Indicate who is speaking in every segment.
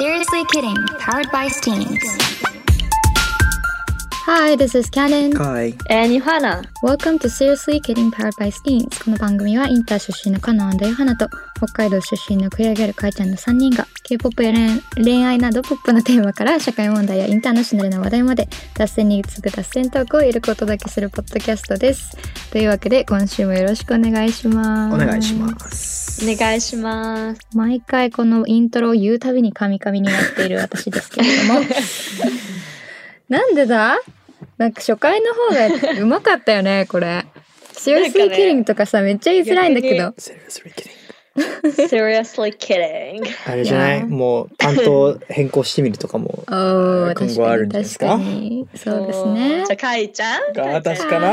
Speaker 1: Seriously Kidding, powered by Steams. Hi, this is Canon.
Speaker 2: はい。
Speaker 3: えー、ニハナ。
Speaker 1: Welcome to Seriously Kidding, powered by Steams. この番組はインター出身のカノンヨハナと北海道出身のクリアギャルカイちゃんの3人が K-POP や恋恋愛などポップなテーマから社会問題やインターナショナルな話題まで脱線に次ぐ脱線トークをゆるくお届けするポッドキャストです。というわけで今週もよろしくお願いしま
Speaker 2: お
Speaker 1: す。
Speaker 2: 願いします。
Speaker 3: お願いします。
Speaker 1: 毎回このイントロを言うたびにカミカミになっている私ですけれどもなんでだなんか初回の方がうまかったよねこれ「Seriously
Speaker 3: なんかね
Speaker 1: Killing」とかさめっちゃ言いづらいんだけど
Speaker 2: す。Seriously kidding.
Speaker 3: Seriously kidding.
Speaker 2: あれじゃない
Speaker 1: いやー
Speaker 2: もう担当変更してみるとかも。
Speaker 1: おー
Speaker 2: 今
Speaker 1: 確
Speaker 2: 後はあるんじ
Speaker 1: か
Speaker 2: ゃない
Speaker 1: に
Speaker 2: です
Speaker 1: 確
Speaker 2: か
Speaker 1: かにそうですね
Speaker 3: じゃあ、かいちゃん。
Speaker 2: が
Speaker 3: かいちゃ
Speaker 2: 確
Speaker 3: ん
Speaker 2: かな
Speaker 1: あ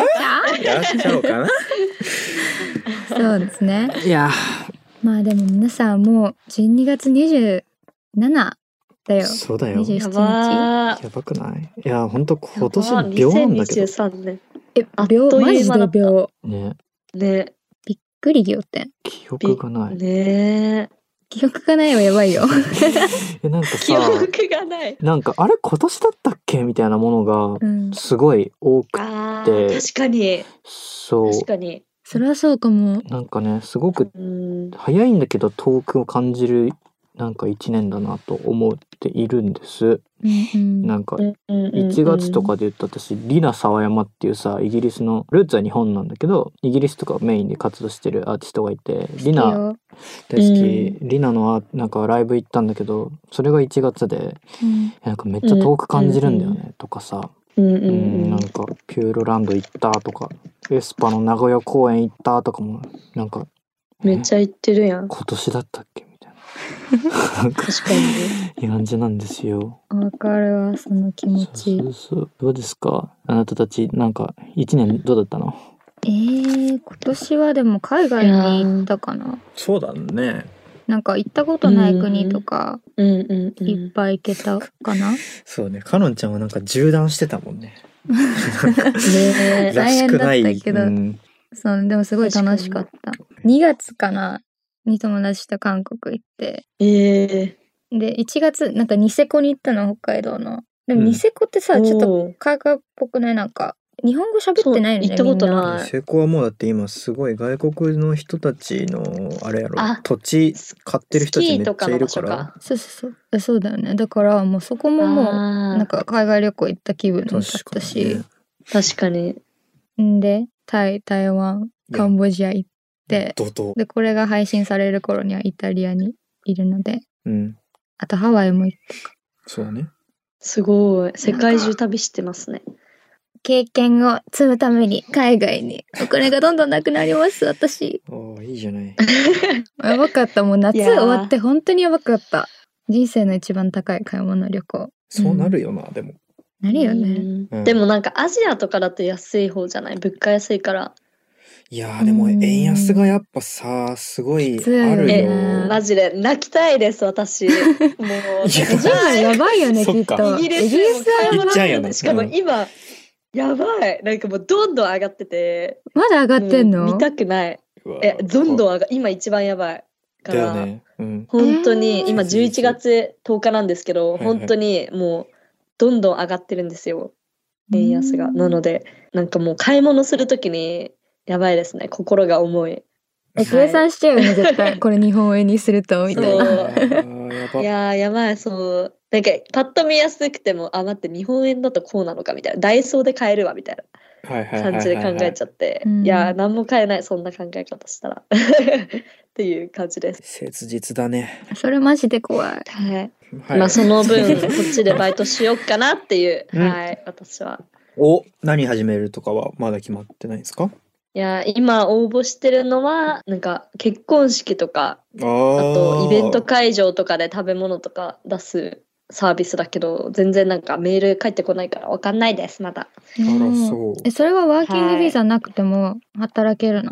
Speaker 2: やっちゃおうかな。
Speaker 1: ーそうですね
Speaker 2: いや
Speaker 1: まあでも皆さんもう12月27
Speaker 2: ー、
Speaker 1: だよ
Speaker 2: そうだよ。や
Speaker 1: 27
Speaker 3: や
Speaker 1: 日
Speaker 3: ばー。
Speaker 2: ばくないいやー、ほんと今
Speaker 3: やば
Speaker 2: 年
Speaker 3: ー
Speaker 2: 秒なんだけ
Speaker 3: 2023年。
Speaker 1: え
Speaker 3: あっという
Speaker 1: 秒
Speaker 3: 間
Speaker 1: マジ
Speaker 3: だ
Speaker 1: で
Speaker 3: った
Speaker 1: 秒
Speaker 2: ど。ね。
Speaker 3: ね。
Speaker 1: グリギョって
Speaker 2: 記憶がない。
Speaker 3: ね
Speaker 1: 記憶がないはやばいよ
Speaker 2: え、なんか
Speaker 3: 記
Speaker 2: さ、
Speaker 3: 憶がない。
Speaker 2: なんかあれ今年だったっけみたいなもの
Speaker 1: う
Speaker 2: が、
Speaker 1: ん
Speaker 2: すごい多く、
Speaker 3: あ
Speaker 2: で
Speaker 3: ー、確かに。
Speaker 2: そう。
Speaker 3: 確かに。
Speaker 1: そりゃそうかも
Speaker 2: なんかね、すごく
Speaker 3: うん。
Speaker 2: 早いんだけど遠くを感じるなんか一年だなと思っているんです。
Speaker 1: うんうん
Speaker 2: なんか1
Speaker 3: 1
Speaker 2: 月とかで言った私リナ沢山っていうさイギリスのルーツは日本なんだけどイギリスとかメインで活動してるアーティストがいてリ
Speaker 1: いい
Speaker 2: ナ
Speaker 1: よ
Speaker 2: 大好き、リナのあなんかライブ行ったんだけどそれが1月で
Speaker 1: うん
Speaker 2: なんかめっちゃ遠く感じるんだよねとかさ、
Speaker 3: うんうん
Speaker 2: う
Speaker 3: うん
Speaker 2: んなんかピューロランド行ったとかエスパの名古屋公演行ったとかもなんか
Speaker 3: めっちゃ言ってるやん
Speaker 2: 今年だったっけみたい
Speaker 3: 確かにね
Speaker 2: な感じなんですよ。
Speaker 1: わかるわその気持ち
Speaker 2: そうそうそうどうですかあなたたちなんか一年どうだったの
Speaker 1: えー、今年はでも海外に行ったかな
Speaker 2: そうだね
Speaker 1: なんか行ったことない国とか
Speaker 3: うんうんう
Speaker 1: いっ
Speaker 3: ん
Speaker 1: ぱい行けたかな、
Speaker 2: そうねかのんちゃんはなんか縦断してたもんね
Speaker 3: ね
Speaker 1: らしくない大変だったけど
Speaker 2: うん
Speaker 1: そのでもすごい楽しかった2月かなに友達と韓国行って
Speaker 3: ええ
Speaker 1: で1月なんかニセコに行ったの北海道のでも
Speaker 2: うん
Speaker 1: ニセコってさ、
Speaker 3: ー
Speaker 1: ちょっと
Speaker 3: おー
Speaker 1: 海外っぽくないなんか日本語喋ってないよね
Speaker 3: そう行ったこと
Speaker 1: みん
Speaker 3: ない
Speaker 4: 成功はもうだって今すごい外国の人たちのあれやろ
Speaker 3: あ
Speaker 4: 土地買ってる人たちめっちゃいる
Speaker 3: スキ
Speaker 4: か
Speaker 3: ーとかの場所から
Speaker 1: そうそうそうえそうだよねだからもうそこももう
Speaker 3: あー
Speaker 1: なんか海外旅行行った気分だっ
Speaker 4: 確
Speaker 1: た
Speaker 4: かにね
Speaker 1: し、
Speaker 3: 確かに
Speaker 1: んでタイ台湾
Speaker 4: いや
Speaker 1: カンボジア行って
Speaker 4: 怒涛
Speaker 1: でこれが配信される頃にはイタリアにいるので
Speaker 4: うん
Speaker 1: あとハワイも行って
Speaker 4: そうね
Speaker 3: すごい世界中旅してますね
Speaker 1: 経験を積むために海外にお金がどんどんなくなります私
Speaker 4: ああいいじゃない
Speaker 1: やばかったもう夏
Speaker 3: い
Speaker 1: 終
Speaker 3: やー
Speaker 1: わって本当にやばかった人生の一番高い買い物旅行
Speaker 4: そうなるよなでも
Speaker 1: なるよね
Speaker 3: う
Speaker 4: うん
Speaker 3: んでもなんかアジアとかだと安い方じゃない物価安いから
Speaker 4: いやーでも円安がやっぱさすごい
Speaker 1: きついよね
Speaker 4: ある
Speaker 3: え
Speaker 4: よ
Speaker 3: マジで泣きたいで す私もう
Speaker 1: エジプトやばいよねき
Speaker 4: そ
Speaker 1: っ
Speaker 4: っか
Speaker 1: と
Speaker 3: イギ
Speaker 1: エギ
Speaker 3: リス
Speaker 1: リ
Speaker 3: も
Speaker 1: ス
Speaker 3: 買い
Speaker 4: 行
Speaker 3: 物
Speaker 4: っちゃうよね
Speaker 3: しかも
Speaker 4: うん
Speaker 3: 今やばいなんかもうどんどん上がってて
Speaker 1: まだ上がってん
Speaker 3: もう
Speaker 1: の
Speaker 3: 見たくないう
Speaker 4: わ
Speaker 3: えどんどん上が今一番やばいか
Speaker 4: だよ
Speaker 3: ら、
Speaker 4: ねうん
Speaker 3: 本当
Speaker 1: え
Speaker 3: に
Speaker 1: ー
Speaker 3: 今11月10日なんですけど、
Speaker 4: はいはい
Speaker 3: 本当にもうどんどん上がってるんですよ円安がなのでなんかもう買い物するときにやばいですね心が重い
Speaker 1: え計算しちゃうよね絶 対これ日本円にするとみたいな
Speaker 3: そう
Speaker 4: あーやば
Speaker 3: いやーやばいそうなんかパッと見やすくてもあ待って日本円だとこうなのかみたいなダイソーで買えるわみたい
Speaker 4: はいはい
Speaker 3: な
Speaker 4: はい
Speaker 3: 感じで考
Speaker 4: はいは
Speaker 3: え
Speaker 4: い
Speaker 3: ちゃって、
Speaker 1: うん
Speaker 3: いやー何も買えないそんな考え方したら っていう感じです
Speaker 4: 切実だね
Speaker 1: それマジで怖い。
Speaker 3: はい、
Speaker 4: はい
Speaker 3: まあその分こっちでバイトしよっかなっていう、
Speaker 4: うん
Speaker 3: はい私は
Speaker 4: お何始めるとかはまだ決まってないんですか
Speaker 3: いやー今応募してるのはなんか結婚式とか
Speaker 4: ああ
Speaker 3: あと
Speaker 4: と
Speaker 3: イベント会場とかで食べ物とか出すサービスだけど全然なんかメール返ってこないからわかんないですまだ
Speaker 4: あら
Speaker 1: うん
Speaker 4: そう
Speaker 1: えそれはワーキングビザなくても働けるの、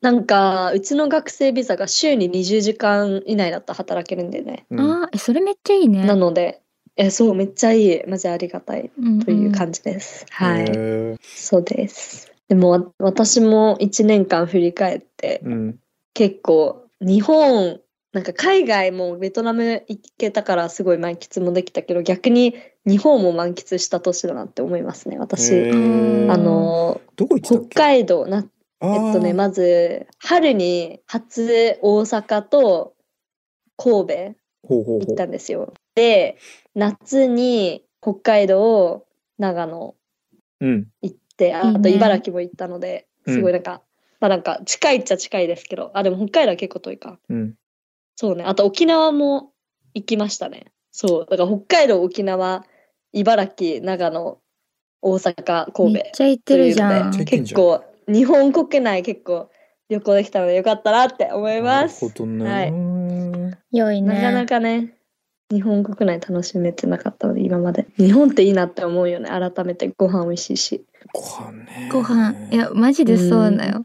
Speaker 3: なんかうちの学生ビザが週に20時間以内だったら働けるんでね
Speaker 4: うん
Speaker 1: ああえそれめっちゃいいね。
Speaker 3: なのでえそうめっちゃいいマジありがたい
Speaker 1: うんうん
Speaker 3: という感じです、は
Speaker 4: へ
Speaker 3: い
Speaker 4: ー
Speaker 3: そうですでもわ私も1年間振り返って
Speaker 4: うん
Speaker 3: 結構日本なんか海外もベトナム行けたからすごい満喫もできたけど逆に日本も満喫した年だなって思いますね
Speaker 4: へ
Speaker 3: 私、
Speaker 4: ー
Speaker 3: あの
Speaker 4: どこ行ってた
Speaker 3: 北
Speaker 4: っけ
Speaker 3: 海道な
Speaker 4: あ
Speaker 3: え
Speaker 4: ー
Speaker 3: っとねまず春に初大阪と神
Speaker 4: ほうほう
Speaker 3: 戸
Speaker 4: ほ
Speaker 3: 行
Speaker 4: う
Speaker 3: ったんですよで夏に北海道長野
Speaker 4: うん
Speaker 3: 行ってあ
Speaker 1: いい
Speaker 3: と
Speaker 1: ね
Speaker 3: 茨城も行ったので
Speaker 4: うん
Speaker 3: すごいなんか、まあなんか近いっちゃ近いですけどあでも北海道は結構遠いか
Speaker 4: うん
Speaker 3: そうねあと沖縄も行きましたねそうだから北海道沖縄茨城長野大阪神戸
Speaker 1: めっちゃ行ってるじゃん
Speaker 4: ということで
Speaker 3: 結構日本国内結構旅行できたのでよかったなって思いま
Speaker 4: な
Speaker 3: す
Speaker 4: るほどね、
Speaker 3: はい
Speaker 1: 良い
Speaker 3: なかな
Speaker 1: ね
Speaker 3: かね日本国内楽しめてなかったので今まで日本っていいなって思うよね改めてご飯美味しいし
Speaker 4: ご飯ね
Speaker 1: ご飯いやマジでそうだよ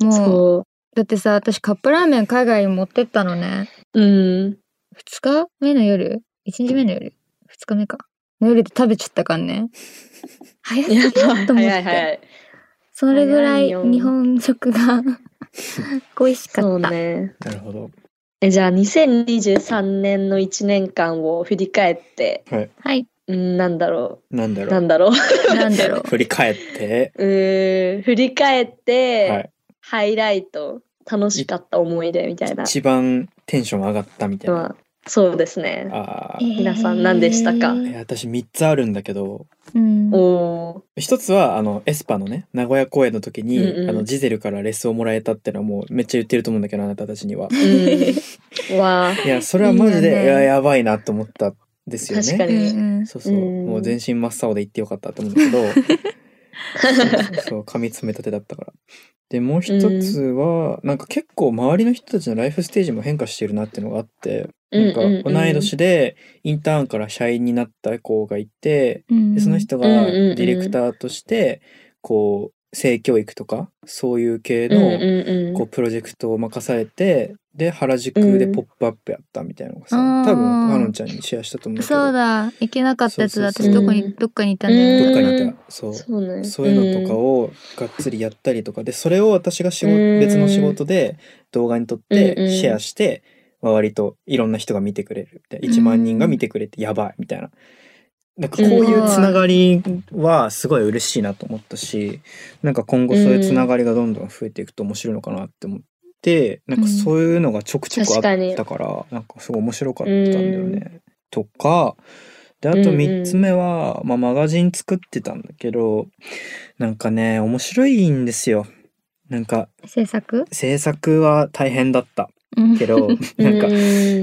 Speaker 1: もう
Speaker 3: そ
Speaker 1: だってさ私カップラーメン海外に持ってったのね
Speaker 3: ううん
Speaker 1: 2日目の夜1日目の夜2日目かの夜で食べちゃったから ね早すぎ
Speaker 3: や
Speaker 1: る
Speaker 3: ばい
Speaker 1: と思っ
Speaker 3: 早い
Speaker 1: て
Speaker 3: 早い
Speaker 1: それぐら
Speaker 3: 早
Speaker 1: い
Speaker 3: いよ
Speaker 1: 日本食 が恋しか
Speaker 3: そう
Speaker 1: った、
Speaker 3: ね
Speaker 4: なるほど
Speaker 3: えじゃあ2023年の1年間を振り返って
Speaker 1: はい
Speaker 3: うんなんだろ
Speaker 4: なんだ
Speaker 3: う
Speaker 4: ろ
Speaker 3: な
Speaker 4: うん
Speaker 3: だろう
Speaker 1: なんだろう
Speaker 4: 振り返って
Speaker 3: うーん振り返って、
Speaker 4: はい
Speaker 3: ハイライト楽しかった思い出みたいな
Speaker 4: 一番テンション上がったみたいな、
Speaker 3: まあそうですね
Speaker 4: あー
Speaker 1: 皆
Speaker 3: 皆さん何でしたか
Speaker 4: え私3つあるんだけど
Speaker 1: うん、
Speaker 3: おお
Speaker 4: 一つはあのエスパのね名古屋公演の時に、
Speaker 3: うんうん
Speaker 4: あのジゼルからレスをもらえたってのはもうめっちゃ言ってると思うんだけどあなたたちに は
Speaker 3: ー、うん、わー
Speaker 4: いやそれはマジで
Speaker 1: いいよね
Speaker 4: いややばいなと思ったんですよね
Speaker 3: 確か
Speaker 1: う
Speaker 3: に
Speaker 1: ん
Speaker 4: そうそう、
Speaker 3: うん
Speaker 4: もう全身真っ青で行ってよかったと思うんだけ どそうそうそう髪詰めたてだったからでもう一つは、なんか結構周りの人たちのライフステージも変化してるなっていうのがあってなんか
Speaker 3: うんうんうん
Speaker 4: 同い年でインターンから社員になった子がいて、
Speaker 1: うん
Speaker 4: でその人が
Speaker 3: うんうんう
Speaker 4: ディ
Speaker 3: ん
Speaker 4: レクターとしてこう性教育とかそういう系
Speaker 3: う
Speaker 4: の
Speaker 3: んうん
Speaker 4: こ
Speaker 3: う
Speaker 4: うプロジェクトを任されてで原宿で
Speaker 3: うん
Speaker 4: ポップアップやったみたいなのがさ
Speaker 1: あー
Speaker 4: 多分はのんちゃんにシェアしたと思うけど
Speaker 1: そうだ行けなかったやつだ
Speaker 4: そうそう
Speaker 1: 私
Speaker 4: そう
Speaker 1: どこ
Speaker 3: う
Speaker 1: に
Speaker 3: ん
Speaker 1: どっかにいたんだよ
Speaker 4: どっか
Speaker 1: ね
Speaker 4: にいた
Speaker 3: うん
Speaker 4: そうん
Speaker 3: そうね
Speaker 4: そういうのとか
Speaker 3: を
Speaker 4: をがっつりやったりとかでそれを私が仕事
Speaker 3: うん
Speaker 4: 別の仕事で動画に撮って
Speaker 3: うんうん
Speaker 4: シェアして周りといろんな人が見てくれるみたいな1万人が見てくれてやばいみたいな。なんかこういうつながりはすごい嬉しいなと思ったしなんか今後そういうつながりがどんどん増えていくと面白いのかなって思ってなんかそういうのがちょくちょくあっ
Speaker 3: 確かに
Speaker 4: だからなんかすごい面白かったんだよね。とかであと
Speaker 3: うんうん
Speaker 4: 3つ目は、まあ、マガジン作ってたんだけどなんかね面白いんですよ。なんか
Speaker 1: 制作
Speaker 4: 制作は大変だった
Speaker 1: うん
Speaker 4: けど なんか。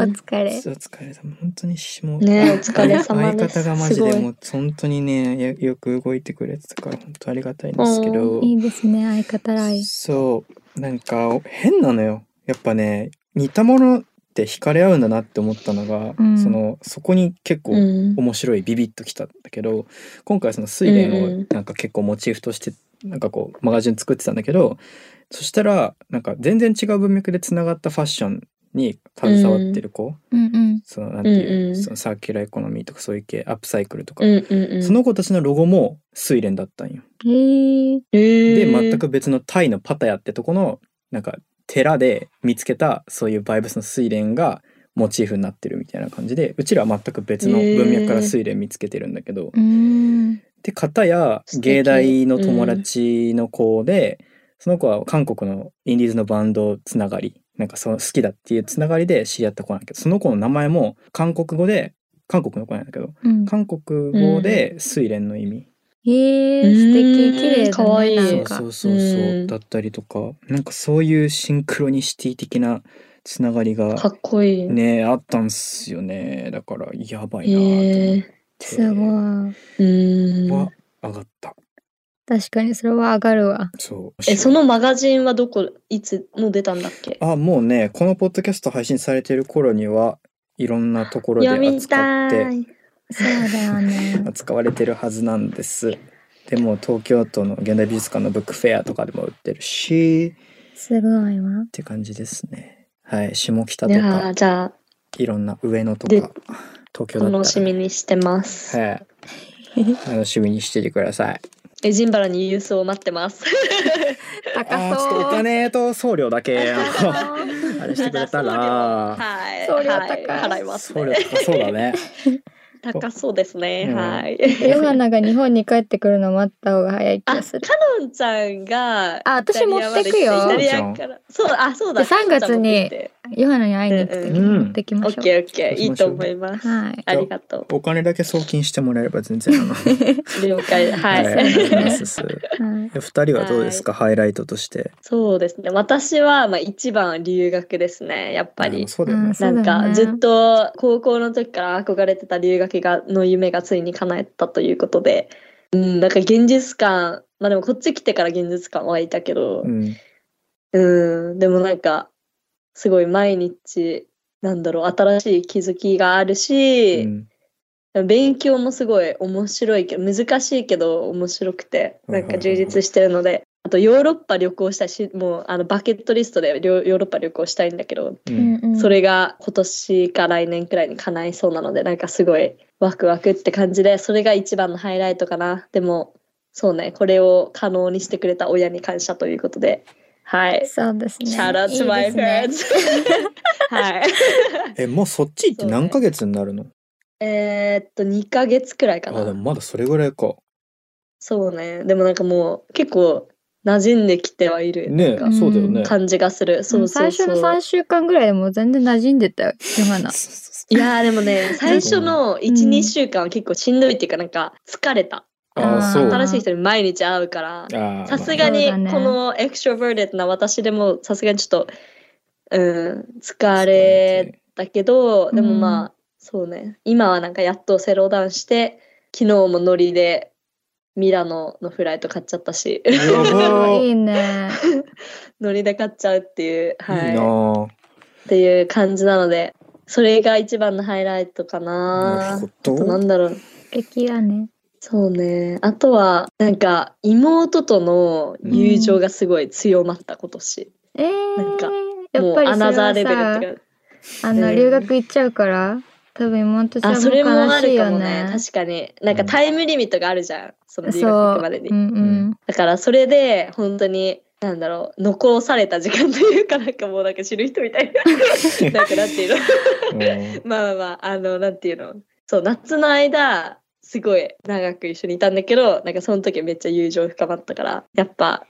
Speaker 1: お
Speaker 3: ん
Speaker 1: 疲れ
Speaker 4: そうお疲れ様本当にしもう
Speaker 3: ねお疲れ様
Speaker 4: 相
Speaker 3: です
Speaker 4: 方がマジです
Speaker 3: ご
Speaker 4: もう本当にねやよく動いてくれてたから本当ありがたいんですけど
Speaker 1: いいですね相方ライ
Speaker 4: そうなんか変なのよやっぱね似たものって惹かれ合うんだなって思ったのが、
Speaker 1: うん
Speaker 4: そのそこに結構
Speaker 3: うん
Speaker 4: 面白いビビッときたんだけど今回その睡蓮
Speaker 3: うんう
Speaker 4: を
Speaker 3: ん
Speaker 4: なんか結構モチーフとしてなんかこうマガジン作ってたんだけどそしたらなんか全然違う文脈でつながったファッションに携わってる子、
Speaker 1: うんうん
Speaker 4: そのなんていう、
Speaker 3: うんうん
Speaker 4: そのサーキュラーエコノミーとかそういう系アップサイクルとか、
Speaker 3: うんうんうん
Speaker 4: その子たちのロゴも睡蓮だったんよ。
Speaker 1: へえ
Speaker 4: で
Speaker 3: で
Speaker 4: 全く別のタイのパタヤってとこのなんか寺で見つけたそういうバイブスの睡蓮がモチーフになってるみたいな感じでうちらは全く別の文脈から睡蓮見つけてるんだけど、
Speaker 1: うん
Speaker 4: で片や
Speaker 3: 素敵
Speaker 4: 芸大の友達の子で、その子は韓国のインディーズのバンドつながりなんかその好きだっていうつながりで知り合った子なんだけどその子の名前も韓国語で韓国の子なんだけど
Speaker 1: うん
Speaker 4: 韓国語で睡蓮の意味、
Speaker 1: へえ素敵綺麗だね
Speaker 3: かわいい
Speaker 1: な
Speaker 4: そ
Speaker 1: ん
Speaker 4: う
Speaker 1: か
Speaker 4: そうそうそう、
Speaker 3: うん
Speaker 4: だったりとかなんかそういうシンクロニシティ的なつながりが
Speaker 3: かっこいい
Speaker 4: ねあったんすよねだからやばいなと思
Speaker 3: へ
Speaker 4: って
Speaker 3: え、
Speaker 1: すごい
Speaker 3: うん
Speaker 4: は上がった
Speaker 1: 確かにそれは上がるわ
Speaker 4: そう
Speaker 3: えそのマガジンはどこいつもう出たんだっけ
Speaker 4: あもうねこのポッドキャスト配信されてる頃にはいろんなところで
Speaker 3: 読み
Speaker 4: 扱ったて
Speaker 3: い
Speaker 1: そうだよ ね
Speaker 4: 扱われてるはずなんですでも東京都の現代美術館のブックフェアとかでも売ってるしっ
Speaker 1: すごいわ
Speaker 4: て感じですねはい下北
Speaker 3: い
Speaker 4: と
Speaker 3: やー
Speaker 4: か
Speaker 3: じゃあ
Speaker 4: いろんな上野と
Speaker 3: で
Speaker 4: か東京だったら
Speaker 3: 楽しみにしてます、
Speaker 4: はい、楽しみにしててください
Speaker 3: エジンバラに郵送を待ってます
Speaker 4: あーちょっとお金と送料だけあのああれしてくれたら、
Speaker 3: はい。
Speaker 1: 送料
Speaker 3: はい
Speaker 1: 高い
Speaker 3: 払います、
Speaker 4: 送
Speaker 3: ね。
Speaker 4: 料高そうだね。
Speaker 3: 高そうですね。
Speaker 4: うん
Speaker 3: はい。
Speaker 1: ヨ ハナが日本に帰ってくるの待った方が早い気がする。
Speaker 3: ヨンちゃんが、
Speaker 1: あ私持ってく
Speaker 3: イ
Speaker 1: よ
Speaker 3: タリアから。そう、あ、そうだ。
Speaker 1: で3月にヨハナに会いに行く時に
Speaker 4: うん
Speaker 1: 持ってき
Speaker 3: オ
Speaker 1: ましょ
Speaker 3: ッ
Speaker 1: う。
Speaker 3: ケーオッケー。いいと思います。
Speaker 1: はい。
Speaker 3: ありがと
Speaker 4: お金だけ送金してもらえれば全然あの
Speaker 3: う。了解。はい。
Speaker 4: はいお願いします
Speaker 1: はい
Speaker 4: え二人はどうですか、ハイライトとして。
Speaker 3: そうですね。私は、まあ、一番は留学ですね。やっぱ
Speaker 4: う
Speaker 3: り
Speaker 4: ん。そうだよね。
Speaker 1: う
Speaker 3: なん
Speaker 1: そう
Speaker 3: ん
Speaker 1: だ
Speaker 3: か
Speaker 1: ね
Speaker 3: ずっと高校の時から憧れてた留学がの夢がついに叶えたということで、うん、なんか現実感まあでもこっち来てから現実感湧いたけど
Speaker 4: う、ん。
Speaker 3: うん、でもなんかすごい毎日なんだろう新しい気づきがある
Speaker 4: う
Speaker 3: し、
Speaker 4: ん
Speaker 3: 勉強もすごい面白いけど難しいけど面白くて
Speaker 4: はいは
Speaker 3: ないんか充実してるので。あとヨーロッパ旅行したいしもうあのバケットリストでヨーロッパ旅行したいんだけど
Speaker 4: う
Speaker 1: うんんうん
Speaker 3: それが今年か来年くらいに叶いそうなのでなんかすごいワクワクって感じでそれが一番のハイライトかなでもそうねこれを可能にしてくれた親に感謝ということではい
Speaker 1: そうですね。
Speaker 3: Shout out
Speaker 1: いいで
Speaker 3: to my
Speaker 1: すね
Speaker 3: parents はい
Speaker 4: え、もうそっち行って何ヶ月になるの、
Speaker 3: えーっと2ヶ月くらいか
Speaker 4: あ、でも
Speaker 3: な
Speaker 4: まだそれぐらいか。
Speaker 3: そうねでもなんかもう結構馴染んできてはいる、
Speaker 4: ね
Speaker 3: なんか
Speaker 4: そうだよね。
Speaker 3: 感じがするそうそうそう
Speaker 1: 最初の3週間ぐらいでもう全然馴染んでたよ、ヨハナ。
Speaker 3: いやーでもね最初の
Speaker 1: うん
Speaker 3: 12週間は結構しんどいっていうかなんか疲れた
Speaker 4: ああ、そう。
Speaker 3: 新しい人に毎日会うから
Speaker 4: あー
Speaker 3: さすがに
Speaker 1: そうだね
Speaker 3: このエクストロバーデットな私でもさすがにちょっと、うん、疲れたけど
Speaker 1: うん
Speaker 3: でもまあ、そうね今はなんかやっとセローダウンして昨日もノリでミラノのフライト買っちゃったし
Speaker 4: やばー
Speaker 1: いいね。
Speaker 3: ノリで買っちゃうっていう、はいい、
Speaker 4: いなあ
Speaker 3: っていう感じなのでそれが一番のハイライトか
Speaker 4: な
Speaker 3: な。
Speaker 4: る
Speaker 3: あと
Speaker 4: ほ
Speaker 3: な
Speaker 4: ど。
Speaker 3: んだろう
Speaker 1: 素敵やね。
Speaker 3: そうねあとはなんか妹との友情がすごい強まった今年。
Speaker 1: えー、
Speaker 3: なんか
Speaker 1: や
Speaker 3: も
Speaker 1: っ
Speaker 3: う
Speaker 1: ぱりそ
Speaker 3: ア
Speaker 1: れ
Speaker 3: ナ
Speaker 1: は
Speaker 3: ザーレベルっ
Speaker 1: さ
Speaker 3: て、いうか
Speaker 1: あの、
Speaker 3: うん
Speaker 1: 留学行っちゃうから、多分妹ちゃん
Speaker 3: あ
Speaker 1: も
Speaker 3: それもあ
Speaker 1: 悲しい
Speaker 3: るか
Speaker 1: よ
Speaker 3: もね
Speaker 1: ね。
Speaker 3: 確かになん
Speaker 4: う
Speaker 3: か
Speaker 4: ん
Speaker 3: タイムリミットがあるじゃんその留学行
Speaker 1: そ
Speaker 3: くまで
Speaker 1: う。
Speaker 3: に、
Speaker 1: うんうん。
Speaker 3: だからそれで本当になんだろう残された時間というかなんかもうなんか知る人みたいななんかなんていうの
Speaker 4: うん
Speaker 3: まあまあまああのなんていうのそう夏の間すごい長く一緒にいたんだけどなんかその時めっちゃ友情深まったからやっぱ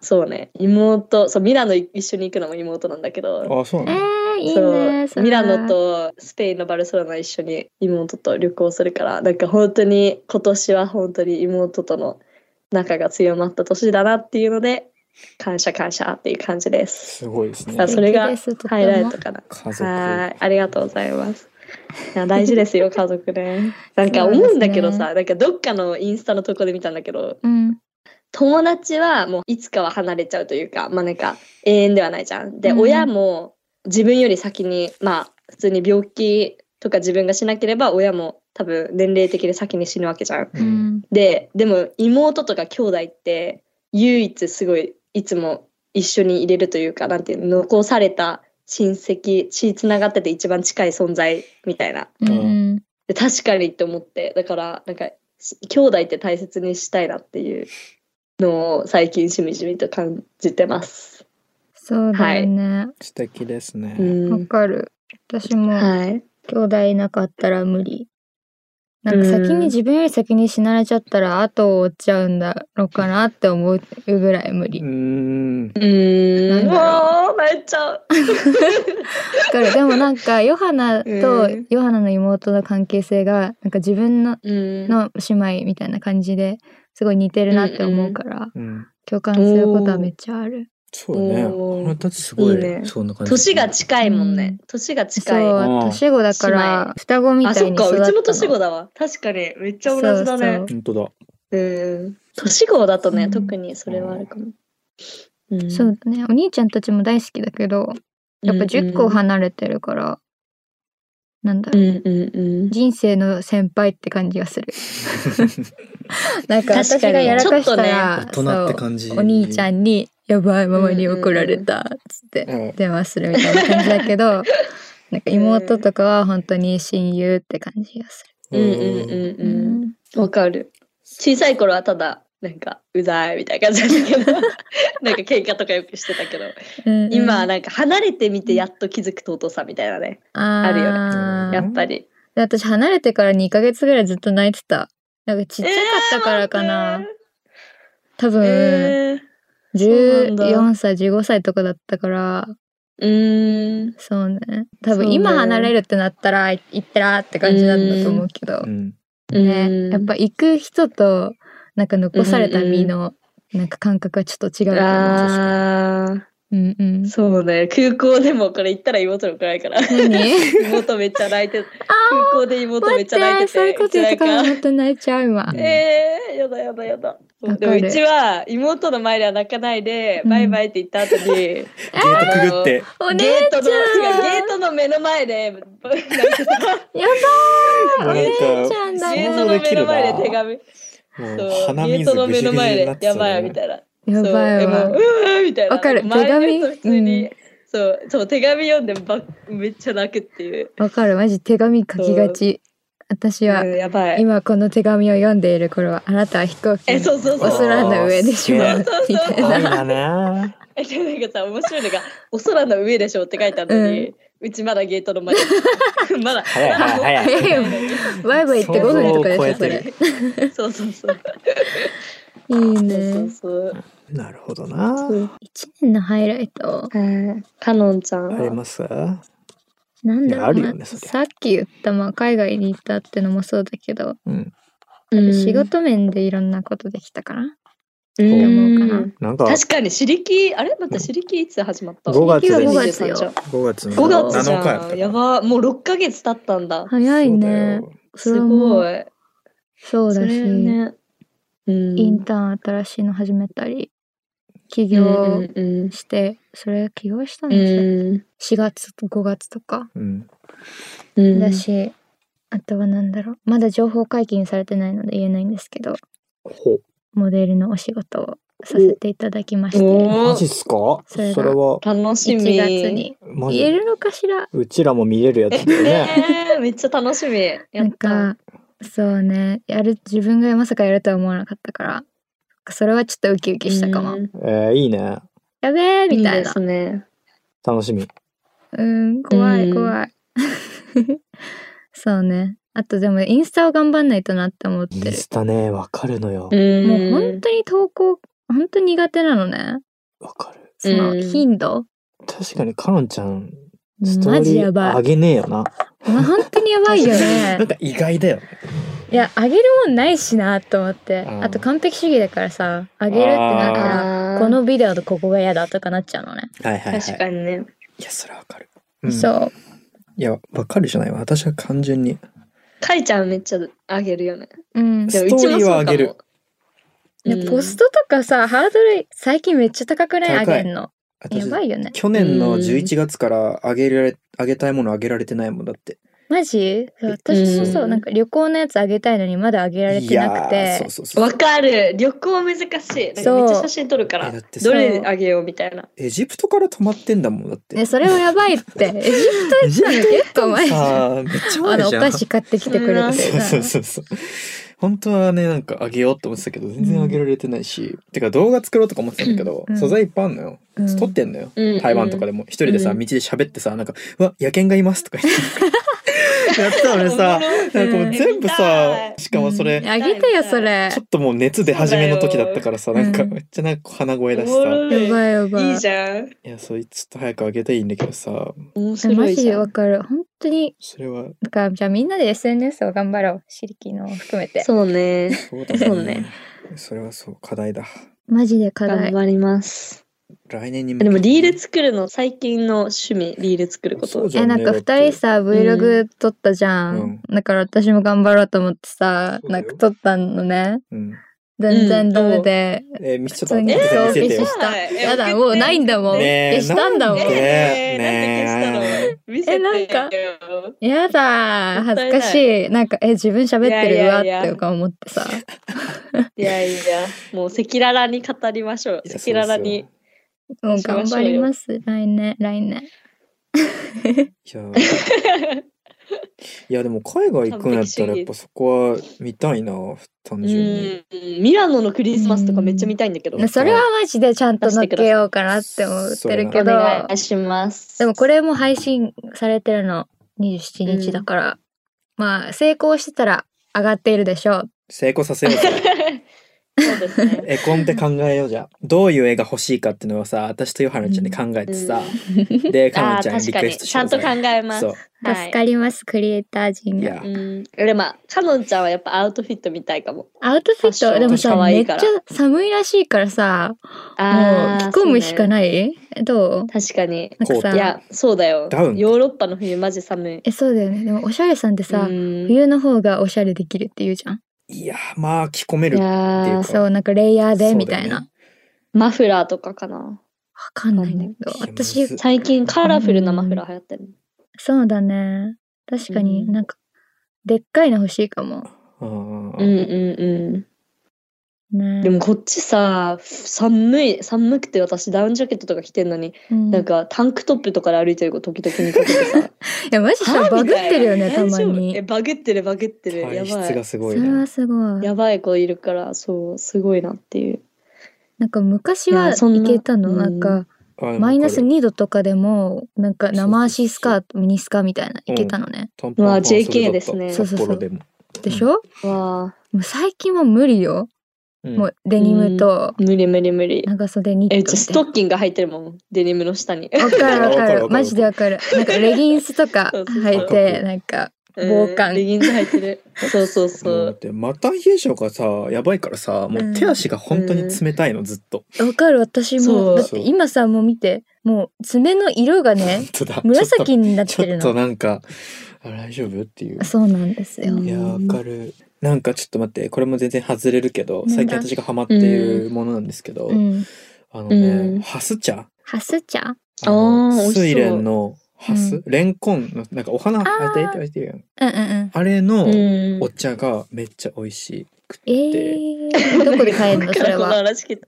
Speaker 3: そうね妹そうミラノ一緒に行くのも妹なんだけど
Speaker 4: あ、そう
Speaker 1: え
Speaker 4: なの
Speaker 1: ー、いい
Speaker 3: そう
Speaker 1: ね。それ
Speaker 3: ミラノとスペインのバルセロナ一緒に妹と旅行するからなんか本当に今年は本当に妹との仲が強まった年だなっていうので感謝感謝っていう感じです
Speaker 4: すごいですね。
Speaker 3: あそれが
Speaker 1: 素敵ですとても
Speaker 3: ハイライトかな
Speaker 4: 家族。
Speaker 3: はいありがとうございますいや大事です よ家族ねなんか思うんだけど
Speaker 1: そうで
Speaker 3: さ、なんかどっかのインスタのとこで見たんだけど
Speaker 1: うん。
Speaker 3: 友達はもういつかは離れちゃうというかまあなんか永遠ではないじゃん。で、
Speaker 1: うん
Speaker 3: 親も自分より先にまあ普通に病気とか自分がしなければ親も多分年齢的に先に死ぬわけじゃん。
Speaker 1: う。ん。
Speaker 3: ででも妹とか兄弟って唯一すごいいつも一緒にいれるというかなんていうの残された親戚血つながってて一番近い存在みたいな。
Speaker 1: うんうん。
Speaker 3: で確かにって思ってだからなんかし兄弟って大切にしたいなっていうのを最近しみじみと感じてます。
Speaker 1: そうだよね。
Speaker 4: 素敵ですね。
Speaker 3: うん
Speaker 1: わ、かる。私も、
Speaker 3: はい、
Speaker 1: 兄弟いなかったら無理。なんか先
Speaker 3: うん
Speaker 1: に自分より先に死なれちゃったら後を追っちゃうんだろうかなって思うぐらい無理。
Speaker 4: う
Speaker 1: わ
Speaker 4: ん。
Speaker 3: うーん
Speaker 1: なんだ
Speaker 3: もう泣いちゃう。
Speaker 1: かる。でもなんかヨハナと
Speaker 3: うん
Speaker 1: ヨハナの妹の関係性がなんか自分の
Speaker 3: うん
Speaker 1: の姉妹みたいな感じですごい似てるなって思うから
Speaker 4: うん。
Speaker 1: 共感することはめっちゃある。
Speaker 4: そうだね。
Speaker 3: おー
Speaker 4: あなたたちすごい
Speaker 3: いいね
Speaker 4: そんな感じ。
Speaker 3: 年が近いもんね
Speaker 1: う。
Speaker 3: 年が近い。あ
Speaker 1: そう
Speaker 4: うん
Speaker 1: 年子だから双子みたい
Speaker 3: そっ
Speaker 1: に育
Speaker 3: か
Speaker 1: った
Speaker 3: う
Speaker 1: の。
Speaker 3: ちも年子だわ。確かにめっちゃ同じだね。
Speaker 1: そうう
Speaker 4: 本当だ。
Speaker 3: ん年子だとね、
Speaker 1: うん
Speaker 3: 特にそれはあるかも。うん
Speaker 1: そうだね。お兄ちゃんたちも大好きだけどやっぱ10個離れてるから、なんだ
Speaker 3: う
Speaker 1: ろう、
Speaker 3: んうんうん。
Speaker 1: 人生の先輩って感じが する。なんか
Speaker 3: 確か
Speaker 1: 私
Speaker 3: に
Speaker 1: がやらかした
Speaker 4: 大
Speaker 1: ら、
Speaker 4: 人って
Speaker 1: そう
Speaker 4: 感じ。
Speaker 1: お兄ちゃ
Speaker 4: ん。
Speaker 1: んに「やばいママに怒られた」っつって
Speaker 4: うん。
Speaker 1: 電話するみたいな感じだけ どなんか妹とかは本当に親友って感じがす
Speaker 3: うんうんうん
Speaker 1: る。
Speaker 3: うん。わかる。小さい頃はただなんかうざいみたいな感じ だったけどなんか喧嘩とかよくしてたけど
Speaker 1: うんうん
Speaker 3: 今はなんか離れてみてやっと気づく尊さみたいなね
Speaker 1: あ
Speaker 3: あるよね
Speaker 1: ー
Speaker 3: やっぱり
Speaker 1: で私離れてから2ヶ月ぐらいずっと泣いてたなんかちっちゃかったからかな、多
Speaker 3: えー
Speaker 1: 分、
Speaker 3: えそうなんだ
Speaker 1: 14歳15歳とかだったから
Speaker 3: ーうーん
Speaker 1: そうね多
Speaker 3: そう
Speaker 1: 分
Speaker 3: ね
Speaker 1: 今離れるってなったら行ったらって感じなんだと思うけど
Speaker 4: うん
Speaker 3: う
Speaker 1: ね
Speaker 3: ん
Speaker 1: やっぱ行く人となんか残された身のなんか感覚はちょっと違うと思う
Speaker 3: あー
Speaker 1: うんうん
Speaker 3: そうね空港でもこれ行ったら妹の暗いから
Speaker 1: 何
Speaker 3: 妹めっちゃ泣いて空港で妹
Speaker 1: 待
Speaker 3: めっ
Speaker 1: っ
Speaker 3: ちゃ泣い
Speaker 1: て
Speaker 3: てて
Speaker 1: そういうこと言ってから
Speaker 3: うちなん
Speaker 1: 本当に泣いちゃう今
Speaker 4: う
Speaker 3: えー、やだやだやだ
Speaker 1: わかる
Speaker 3: でもうちは妹の前では泣かないで、
Speaker 1: うん
Speaker 3: バイバイって言った後に
Speaker 4: ゲートくぐって
Speaker 1: お姉
Speaker 3: ゲー
Speaker 1: ちゃ
Speaker 3: ト
Speaker 1: ん
Speaker 3: の違うゲートの目の 前で泣いてた
Speaker 1: やばーお
Speaker 4: なんか
Speaker 1: 姉ちゃんだ
Speaker 3: ゲ
Speaker 4: 想
Speaker 3: ー
Speaker 4: 像
Speaker 1: ね
Speaker 3: トの目の前で手紙
Speaker 4: も
Speaker 3: そう
Speaker 4: う鼻
Speaker 3: ゲー
Speaker 4: 水
Speaker 3: ト
Speaker 4: ぐ
Speaker 3: の目
Speaker 4: じゅ
Speaker 3: の
Speaker 4: ぐじゅ
Speaker 3: 前
Speaker 4: になっ
Speaker 3: で
Speaker 4: てた
Speaker 3: や
Speaker 4: よね
Speaker 3: ばいみたいな
Speaker 1: やばい
Speaker 3: そうでもう
Speaker 1: わ
Speaker 3: わーみたいな
Speaker 1: わかる
Speaker 3: 周りの
Speaker 1: 手紙
Speaker 3: 人普通に、
Speaker 1: うん
Speaker 3: そうそう手紙読んでばめっちゃ泣くっていう、
Speaker 1: わかるマジ手紙書きがち私は
Speaker 3: うんやばい
Speaker 1: 今この手紙を読んでいる頃はあなたは飛行機
Speaker 3: え
Speaker 1: の
Speaker 3: そうそう
Speaker 1: お
Speaker 3: そう
Speaker 1: 空の上でしまうみたい
Speaker 3: そうそうそう
Speaker 1: な
Speaker 4: 愛だね
Speaker 3: えでもなんかさ面白いのが「お空の上でしょ」って書いてあるのに、うちまだゲートの前 まだ
Speaker 4: 早い早い
Speaker 1: 早い
Speaker 4: 早い
Speaker 1: よバイバイって5分とかでしょそれ
Speaker 3: そうそうそう
Speaker 1: いい
Speaker 3: そう
Speaker 1: ね
Speaker 3: そう
Speaker 4: なるほどな
Speaker 3: そう
Speaker 1: 一年のハイライト
Speaker 3: はいかのんちゃん
Speaker 4: あります
Speaker 1: なんだ
Speaker 4: いや
Speaker 1: ろ
Speaker 4: あ
Speaker 1: う
Speaker 4: る
Speaker 1: な
Speaker 4: よねそりゃ
Speaker 1: さっき言った、まあ、海外に行ったってのもそうだけど
Speaker 4: うん
Speaker 3: うん
Speaker 1: 仕事面でいろんなことできたかな
Speaker 3: うん
Speaker 1: って思うかな
Speaker 4: なんか
Speaker 3: 確かにシリキあれまたシリキいつ始まった
Speaker 4: 5月
Speaker 1: で
Speaker 3: 5
Speaker 1: す
Speaker 3: 月よ
Speaker 4: 5月の
Speaker 3: 5月じ
Speaker 4: 7日や
Speaker 3: ゃ
Speaker 4: っ
Speaker 3: ん
Speaker 4: た
Speaker 3: やばもう6ヶ月経ったんだ
Speaker 1: 早いねそ
Speaker 3: す
Speaker 1: れも
Speaker 3: ごい
Speaker 1: そうだし、
Speaker 3: ねうん
Speaker 1: インターン新しいの始めたり起
Speaker 3: うん
Speaker 1: 業
Speaker 3: うん
Speaker 1: してそれ起業したん
Speaker 3: う
Speaker 1: ですよ
Speaker 3: ん
Speaker 1: 4月と5月とか
Speaker 4: うん
Speaker 3: うん
Speaker 1: だしあとは何だろうまだ情報解禁されてないので言えないんですけど
Speaker 4: ほ
Speaker 1: モデルのお仕事をさせていただきまして
Speaker 4: マ
Speaker 3: お
Speaker 4: ジっすかそ
Speaker 1: それ
Speaker 4: れ
Speaker 1: が
Speaker 4: は
Speaker 3: 楽し
Speaker 1: 1
Speaker 3: み
Speaker 1: 月に
Speaker 4: マ
Speaker 1: 言え
Speaker 4: ジ
Speaker 1: るのかしら
Speaker 4: うちらも見れるやつだよね
Speaker 3: ねえめっちゃ楽しみや
Speaker 1: な
Speaker 3: っ
Speaker 1: ん
Speaker 3: た
Speaker 1: かそうねやる自分がまさかやるとは思わなかったからそれはちょっとウキウキしたかも、
Speaker 3: うん
Speaker 4: えーいいね
Speaker 1: やべえみた
Speaker 3: い
Speaker 1: い
Speaker 3: で
Speaker 1: な
Speaker 3: すね
Speaker 4: 楽しみ
Speaker 1: うん怖
Speaker 3: う
Speaker 1: い
Speaker 3: ん
Speaker 1: 怖い そうねあとでもインスタを頑張んないとなって思って
Speaker 4: イン
Speaker 1: る
Speaker 4: スタねわかるのよ
Speaker 3: ん
Speaker 1: もう本当に投稿本当に苦手なのね
Speaker 4: わかる
Speaker 1: そうの
Speaker 3: ん
Speaker 1: 頻度、
Speaker 4: 確かにかのんちゃんストー
Speaker 1: マジ
Speaker 4: リ
Speaker 1: やば
Speaker 4: ーあ
Speaker 1: い
Speaker 4: げねえよな
Speaker 1: 本当にやばいよ ね
Speaker 4: なんか意外だよね
Speaker 1: いやあげるもんないしなと思って
Speaker 4: うん
Speaker 1: あと完璧主義だからさあげるってなったら
Speaker 3: あー
Speaker 1: このビデオとここが嫌だとかなっちゃうのね、
Speaker 4: はいはい
Speaker 3: 確
Speaker 4: はい
Speaker 3: かにね
Speaker 4: いやそれわかるうん
Speaker 1: そう
Speaker 4: いやわかるじゃないわ私は単純に
Speaker 3: かいちゃんめっちゃあげるよね
Speaker 1: うん
Speaker 3: でも
Speaker 4: ストーリーはあげる
Speaker 3: うちもそうかも
Speaker 1: でポストとかさハードル最近めっちゃ高くないあ
Speaker 4: 高い
Speaker 1: げんのや
Speaker 4: 私
Speaker 1: ばいよね
Speaker 4: 去年
Speaker 3: う
Speaker 4: の
Speaker 3: ん
Speaker 4: 11月からあげられあげたいものあげられてないもんだって
Speaker 1: マジ私もそう
Speaker 3: うん
Speaker 1: なんか旅行のやつあげたいのにまだあげられてなく
Speaker 4: いやー
Speaker 1: て
Speaker 4: そうそう
Speaker 3: うん
Speaker 4: そ
Speaker 3: わ
Speaker 4: う
Speaker 3: かる旅行難しいなんかめっちゃ写真撮るから
Speaker 4: えだってさ
Speaker 3: どれあげようみたいな
Speaker 4: エジプトから泊まってんだもんだって、
Speaker 1: ねそれはやばい ってエジプト
Speaker 4: エジプ
Speaker 1: 行ったの結構前じゃん
Speaker 4: さあめっちゃ
Speaker 1: あ
Speaker 4: 前
Speaker 1: のお
Speaker 4: じゃん
Speaker 1: 菓子買ってきてくれて
Speaker 4: そう
Speaker 1: さ
Speaker 4: そうそうそう本当はねなんかあげようって思ってたけど全然あげられてないし、てか動画作ろうとか思ってたんだけど、
Speaker 1: うん
Speaker 4: 素材いっぱいあんのよ、
Speaker 1: うん
Speaker 4: 撮ってんのよ
Speaker 3: うん
Speaker 4: 台湾とかでも一人でさ
Speaker 3: う
Speaker 4: 道
Speaker 3: ん
Speaker 4: で喋ってさなんか「うわ野犬がいます」とか言ってやった俺さなんかもう全部さ
Speaker 3: う
Speaker 4: しかもそれ、
Speaker 1: うんあげてよそれ
Speaker 4: ちょっともう熱出始めの時だったからさ
Speaker 1: そうだ
Speaker 4: な
Speaker 1: よ
Speaker 4: んか
Speaker 1: うん
Speaker 4: めっちゃなんか鼻声だしさ、
Speaker 3: おもろ
Speaker 1: やばいやばい
Speaker 3: いいじゃん
Speaker 4: いやそれちょっと早くあげたいんだけどさ
Speaker 3: 面白
Speaker 1: マ
Speaker 3: い
Speaker 1: ジ
Speaker 3: じ
Speaker 1: で
Speaker 3: ゃ
Speaker 1: わ
Speaker 3: ん
Speaker 1: かる本当に
Speaker 4: それは
Speaker 1: だからじゃあみんなで SNS を頑張ろうシリキのを含めて
Speaker 3: そうね
Speaker 4: そうだね
Speaker 3: そうね
Speaker 4: それはそう課題だ
Speaker 1: マジで課
Speaker 3: 頑
Speaker 1: 題
Speaker 3: 張ります
Speaker 4: 来年に向け
Speaker 3: で
Speaker 4: て
Speaker 3: もリール作るの最近の趣味リール作るこ
Speaker 4: そう
Speaker 3: と
Speaker 4: じゃ
Speaker 1: え
Speaker 4: んね
Speaker 1: なんか
Speaker 4: だって
Speaker 1: 2人さ Vlog 撮ったじゃん、だから私も頑張ろうと思ってさ
Speaker 4: そう
Speaker 1: な
Speaker 4: だよ
Speaker 1: んか撮ったのね
Speaker 4: うん
Speaker 1: 全然ダメで、
Speaker 4: えー、見ちょっ
Speaker 1: 普通に
Speaker 4: と後で見せて
Speaker 1: 消
Speaker 4: よ
Speaker 1: した、
Speaker 3: え
Speaker 1: やだ
Speaker 3: 送って
Speaker 1: もうないんだもん、
Speaker 4: ねえ
Speaker 1: 消したんだもん、
Speaker 4: なんでね
Speaker 3: えーなんで消したの見せてよ
Speaker 1: なんかやだ
Speaker 3: もった
Speaker 1: 恥
Speaker 3: いな
Speaker 1: ず
Speaker 3: い
Speaker 1: かしいなんかえ自分喋って
Speaker 3: いやい
Speaker 1: るわ
Speaker 3: や
Speaker 1: っ
Speaker 3: いや
Speaker 1: てとか思ってさ
Speaker 3: いやいやもう赤裸々に語りましょう
Speaker 4: いや
Speaker 3: 赤裸々に
Speaker 1: もう頑張ります来年来年
Speaker 4: そうですよいやいやでも海外行くんやったらやっぱそこは見たいな単
Speaker 3: う
Speaker 4: 純に。
Speaker 3: んミラノのクリスマスとかめっちゃ見たいんだけど
Speaker 4: うん
Speaker 1: それはマジでちゃんと乗っけようかなって思ってるけ
Speaker 3: お
Speaker 1: ど
Speaker 3: 願いします
Speaker 1: でもこれも配信されてるの27日だから、まあ成功してたら上がっているでしょう
Speaker 4: 成功させようぜ
Speaker 3: そうですね
Speaker 4: 絵コンって考えようじゃんどういう絵が欲しいかっていうのはさ私とヨハナちゃんで考えてさ、でカ
Speaker 3: あ
Speaker 4: ナ
Speaker 3: あ
Speaker 4: ちゃんに
Speaker 3: 確
Speaker 4: リ
Speaker 3: か
Speaker 4: クエ
Speaker 3: に
Speaker 4: ストし
Speaker 3: ちゃ
Speaker 4: ようん
Speaker 3: と
Speaker 4: ぜ
Speaker 3: 考えます
Speaker 4: そう
Speaker 3: はい
Speaker 1: 助かります、クリエイター陣
Speaker 4: い
Speaker 1: が
Speaker 4: や
Speaker 3: うんでまあかのんちゃんはやっぱアウトフィット見たいかも
Speaker 1: アウトフィッ
Speaker 3: ファッショ
Speaker 1: ト
Speaker 3: ン
Speaker 1: でもさ
Speaker 3: 可
Speaker 1: め
Speaker 3: 愛
Speaker 1: っ
Speaker 3: い
Speaker 1: ち
Speaker 3: か
Speaker 1: ゃ
Speaker 3: ら
Speaker 1: 寒いらしいからさもう
Speaker 3: あー
Speaker 1: 着込むしか
Speaker 3: い、
Speaker 1: ないどう
Speaker 3: そうね確かに
Speaker 1: なんかさ
Speaker 3: いやそうだよ
Speaker 4: ダウン
Speaker 3: ヨーロッパの冬マジ寒い
Speaker 1: えそうだよねでもおしゃれさんってさ、
Speaker 3: うん
Speaker 1: 冬の方がおしゃれできるって言うじゃん
Speaker 4: いやまあ着込め
Speaker 3: い
Speaker 4: る
Speaker 3: や
Speaker 4: っていう
Speaker 3: ー
Speaker 4: か
Speaker 1: そうなんかレイヤーでみたい
Speaker 4: そうだよ
Speaker 1: な、
Speaker 4: ね
Speaker 3: マフラーとかかな
Speaker 1: わかんないんだけど
Speaker 4: わかんない
Speaker 1: 私
Speaker 4: むず
Speaker 3: 最近カラフルなマフラー流行ってる
Speaker 1: そうだね確かに
Speaker 3: うん
Speaker 1: なんかでっかいの欲しいかも
Speaker 4: うんうんう
Speaker 3: う
Speaker 4: んん
Speaker 3: うんう
Speaker 1: ね
Speaker 3: んでもこっちさ寒い寒くて私ダウンジャケットとか着てんのに、
Speaker 1: うん
Speaker 3: なんかタンクトップとかで歩いてる子時々見かけ てさ
Speaker 1: いやマジさ
Speaker 3: は
Speaker 1: バグってるよね
Speaker 3: み
Speaker 1: た
Speaker 3: いな
Speaker 1: ま
Speaker 3: 大丈夫え
Speaker 1: に
Speaker 3: バグってるバグってるや
Speaker 4: 体質
Speaker 3: ば
Speaker 4: が
Speaker 3: い
Speaker 4: す
Speaker 1: そ
Speaker 4: ごい
Speaker 1: れ
Speaker 4: ね
Speaker 1: はすごい
Speaker 3: やばい子いるからそうすごいなっていう
Speaker 1: なんか昔
Speaker 3: い
Speaker 1: は
Speaker 3: やそん
Speaker 1: い
Speaker 3: な
Speaker 1: けたの
Speaker 3: うん
Speaker 1: なんか
Speaker 4: あでも
Speaker 1: マイナス
Speaker 4: これ
Speaker 1: 2度とかでもなんか
Speaker 4: そうそう
Speaker 1: 生足スカートミニスカみたいないけたのね
Speaker 4: 短
Speaker 3: ま
Speaker 4: パ
Speaker 3: あ
Speaker 4: ン半袖だ
Speaker 3: JK
Speaker 4: った
Speaker 3: ですね
Speaker 1: そうそうそう
Speaker 4: 札幌でも
Speaker 1: でしょ
Speaker 3: わ
Speaker 1: もう最近もう無理よ
Speaker 4: うん
Speaker 1: もうデニムと
Speaker 3: ー無理無理無理
Speaker 1: 長袖ニット
Speaker 3: え
Speaker 1: み
Speaker 3: うちス
Speaker 1: た
Speaker 3: ト
Speaker 1: い
Speaker 3: ッキング入ってるもんデニムの下に
Speaker 1: なわか るわか
Speaker 4: わかるわか
Speaker 1: る
Speaker 4: る
Speaker 1: マジでわかるなんかレギンスとか
Speaker 3: そうそうそう
Speaker 1: 履い
Speaker 4: わか
Speaker 1: て
Speaker 4: る
Speaker 1: なんか
Speaker 3: うん
Speaker 1: 防寒
Speaker 3: レギンス入ってる そうそうそ
Speaker 4: もうだっ
Speaker 3: う
Speaker 4: てマタン冷え性がさやばいからさもう手足が本当に冷たいの、ずっと
Speaker 1: わかる私
Speaker 3: そ
Speaker 1: も
Speaker 3: う
Speaker 1: だって今さもう見てもう爪の色がね
Speaker 4: 本当だ
Speaker 1: 紫になっ
Speaker 4: ちょ
Speaker 1: て
Speaker 4: っとちょ
Speaker 1: る
Speaker 4: っ
Speaker 1: の
Speaker 4: となんかあ大丈夫っていう
Speaker 1: そうなんですよ
Speaker 3: うん
Speaker 4: いやーわかるなんかちょっと待ってこれも全然外れるけど最近
Speaker 1: なんだ
Speaker 4: 私がハマっているものなんですけど、
Speaker 1: うん
Speaker 4: あのね、
Speaker 3: うん
Speaker 4: ハス茶
Speaker 1: ハス茶
Speaker 4: あの
Speaker 3: あー美味しそう
Speaker 4: スイレンのハス、
Speaker 1: うん
Speaker 4: レンコンのなんかお花
Speaker 1: あー
Speaker 4: あれあれ
Speaker 1: うんうんうん
Speaker 4: あれの
Speaker 3: うん
Speaker 4: お茶がめっちゃ美味しくって、
Speaker 1: えー、どこで買える のそれ
Speaker 3: この
Speaker 1: は
Speaker 3: 話聞いた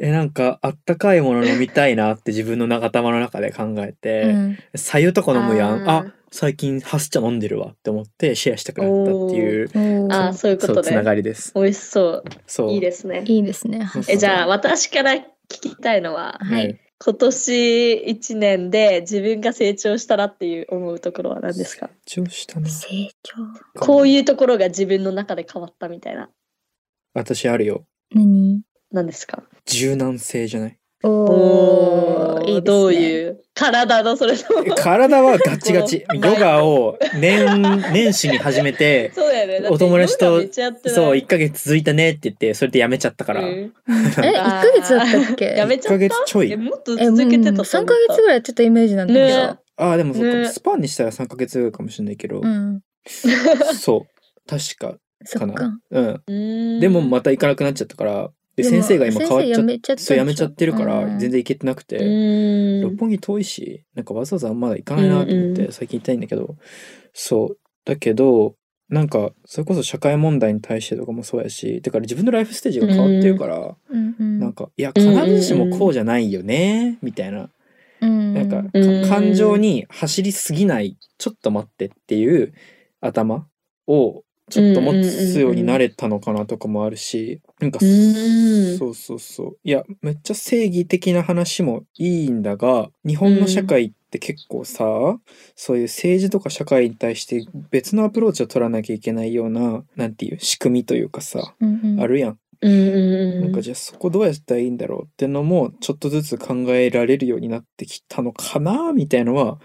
Speaker 4: えなんかあったかいもの飲みたいなって自分の長玉の中で考えて、
Speaker 1: うん
Speaker 4: さゆとか飲むやんあ
Speaker 3: あー
Speaker 4: 最近ハス茶飲んでるわって思ってシェアしたくなったっていう
Speaker 1: おー
Speaker 3: あーそういうことね
Speaker 4: つながりです
Speaker 3: 美味しそう
Speaker 4: そう
Speaker 3: いい
Speaker 4: で
Speaker 3: ですね
Speaker 1: いいですねハス
Speaker 3: えじゃあ私から聞きたいのは
Speaker 1: はい
Speaker 3: 今年一年で自分が成長したなっていう思うところは何ですか
Speaker 4: 一応したな
Speaker 1: 成長
Speaker 3: こういうところが自分の中で変わったみたいな
Speaker 4: 私あるよ
Speaker 1: 何
Speaker 3: 何ですか
Speaker 4: 柔軟性じゃない
Speaker 1: おーいいですね
Speaker 3: どういう体のそ れとも
Speaker 4: 体はガチガチ
Speaker 3: こ
Speaker 4: ヨ
Speaker 3: の
Speaker 4: ガを年年始に始めて
Speaker 3: そうだよねだって
Speaker 4: お友達と
Speaker 3: ヨガめっちゃやってない
Speaker 4: そう1ヶ月続いたねって言ってそれでやめちゃったから、
Speaker 3: うん
Speaker 1: え一ヶ月だったっけ
Speaker 3: やめ
Speaker 4: 1
Speaker 3: ちゃ
Speaker 4: ヶ
Speaker 3: った
Speaker 4: 月ちょ
Speaker 3: え
Speaker 4: い
Speaker 3: もっと
Speaker 1: えもう
Speaker 3: 続けてたと思った
Speaker 1: 3ヶ月ぐらいちょっとイメージなんだけど、
Speaker 3: ね
Speaker 4: ああでもそうか
Speaker 3: ね
Speaker 4: スパンにしたら3ヶ月かもしれないけど、
Speaker 1: うん
Speaker 4: そう確か
Speaker 1: そ
Speaker 4: か
Speaker 1: っか
Speaker 4: なうん
Speaker 3: うーん
Speaker 4: でもまた行かなくなっちゃったからで
Speaker 1: でも
Speaker 4: 先生が今変わっち
Speaker 1: 先
Speaker 4: ゃ
Speaker 1: 生
Speaker 4: っ
Speaker 1: 辞めちゃったんでしょ
Speaker 4: そうやめちゃってるから
Speaker 1: うん
Speaker 4: 全然行けてなく
Speaker 3: う
Speaker 4: て、
Speaker 3: ー
Speaker 4: 六
Speaker 3: ん
Speaker 4: 本木遠いしなんかわざわざまだ行かないなと思っ
Speaker 3: うんう
Speaker 4: て最近行きたいんだけど、そうだけどなんかそれこそ社会問題に対してとかもそうやしだから自分のライフステージが変わってるから、
Speaker 1: うんうん
Speaker 4: なんかいや必ずしもこうじゃないよねみたい
Speaker 1: う
Speaker 4: な、
Speaker 1: ん
Speaker 4: なんか
Speaker 3: うん
Speaker 4: か感情に走りすぎないちょっと待ってっていう頭をちょっと持つようになれたのかなとかもあるし、なんか
Speaker 3: うん
Speaker 4: そうそうそういやめっちゃ正義的な話もいいんだが日本の社会って結構さ、そういう政治とか社会に対して別のアプローチを取らなきゃいけないようななんていう仕組みというかさ
Speaker 1: うんうん
Speaker 4: あるやん。
Speaker 3: うんうん
Speaker 4: な
Speaker 3: うんん
Speaker 4: かじゃあそこどうやったらいいんだろうってのもちょっとずつ考えられるようになってきたのかなみたいのは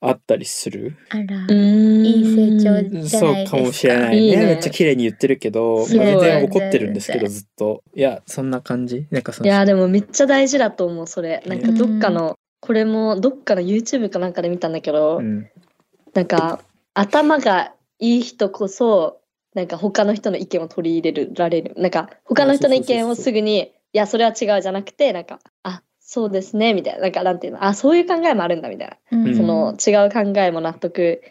Speaker 4: あったりする
Speaker 1: あら、
Speaker 3: うーん
Speaker 1: いい成長じゃ
Speaker 4: そ
Speaker 1: ないうです
Speaker 4: かもしれないね
Speaker 3: いいね
Speaker 4: めっちゃ綺麗に言ってるけど、まあ
Speaker 3: すごい
Speaker 4: 全然怒ってるんですけど
Speaker 1: 全
Speaker 4: ずっといやそんな感じなんかそ
Speaker 3: い
Speaker 4: の
Speaker 3: やでもめっちゃ大事だと思うそれなんか
Speaker 1: うん
Speaker 3: どっかのこれもどっかの YouTube かなんかで見たんだけど、
Speaker 4: うん
Speaker 3: なんか頭がいい人こそなんか他の人の意見を取り入れるられるなんか他の人の意見をすぐに「いやそれは違う」じゃなくてなんか「あそうですね」みたいななんかなんていうの「あそういう考えもあるんだ」みたいな、
Speaker 1: うん
Speaker 3: その違う考えも納得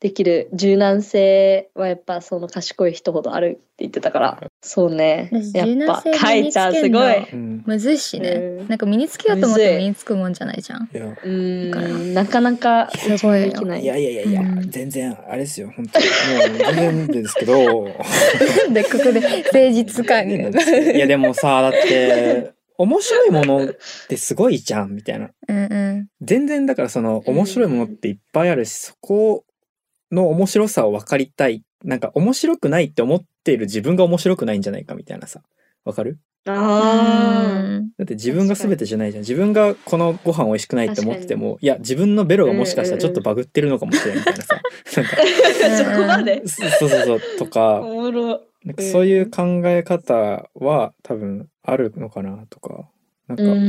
Speaker 3: できる柔軟性はやっぱその賢い人ほどあるって言ってたからそうね
Speaker 1: 私
Speaker 3: やっ
Speaker 1: 柔軟
Speaker 3: ぱ
Speaker 1: 性
Speaker 3: か
Speaker 1: 身
Speaker 3: い
Speaker 1: につ
Speaker 3: ちゃん
Speaker 1: け
Speaker 3: す
Speaker 1: るの
Speaker 3: ごい
Speaker 4: うん
Speaker 1: むずいしね、
Speaker 3: うん
Speaker 1: なんか身につけようと思って
Speaker 3: む
Speaker 1: も
Speaker 3: ずい
Speaker 1: 身につくもんじゃないじゃん
Speaker 4: いや
Speaker 3: うーんなかなか
Speaker 1: すごいよ
Speaker 3: できないい
Speaker 4: やいやいやいや、
Speaker 1: うん
Speaker 4: 全然あれですよ本当にもう全然ですけど
Speaker 1: なん でここで誠実感
Speaker 4: いやでもさだって面白いものってすごいじゃんみたい な
Speaker 1: うんうん
Speaker 4: 全然だからその
Speaker 3: うん
Speaker 4: 面白いものっていっぱいあるしそこの面白さを分かりたいなんか面白くないって思っている自分が面白くないんじゃないかみたいなさわかる
Speaker 3: あ
Speaker 4: だって自分が全てじゃないじゃん自分がこのご飯美味しくないって思っててもいや自分のベロがもしかしたらちょっとバグってるのかもしれないみたいなさ、なんか
Speaker 3: ーそこまで
Speaker 4: そそうそうそうとか
Speaker 3: おもろ
Speaker 4: なんかそういう考え方は多分あるのかなとかなんか
Speaker 3: う
Speaker 4: フ
Speaker 3: ん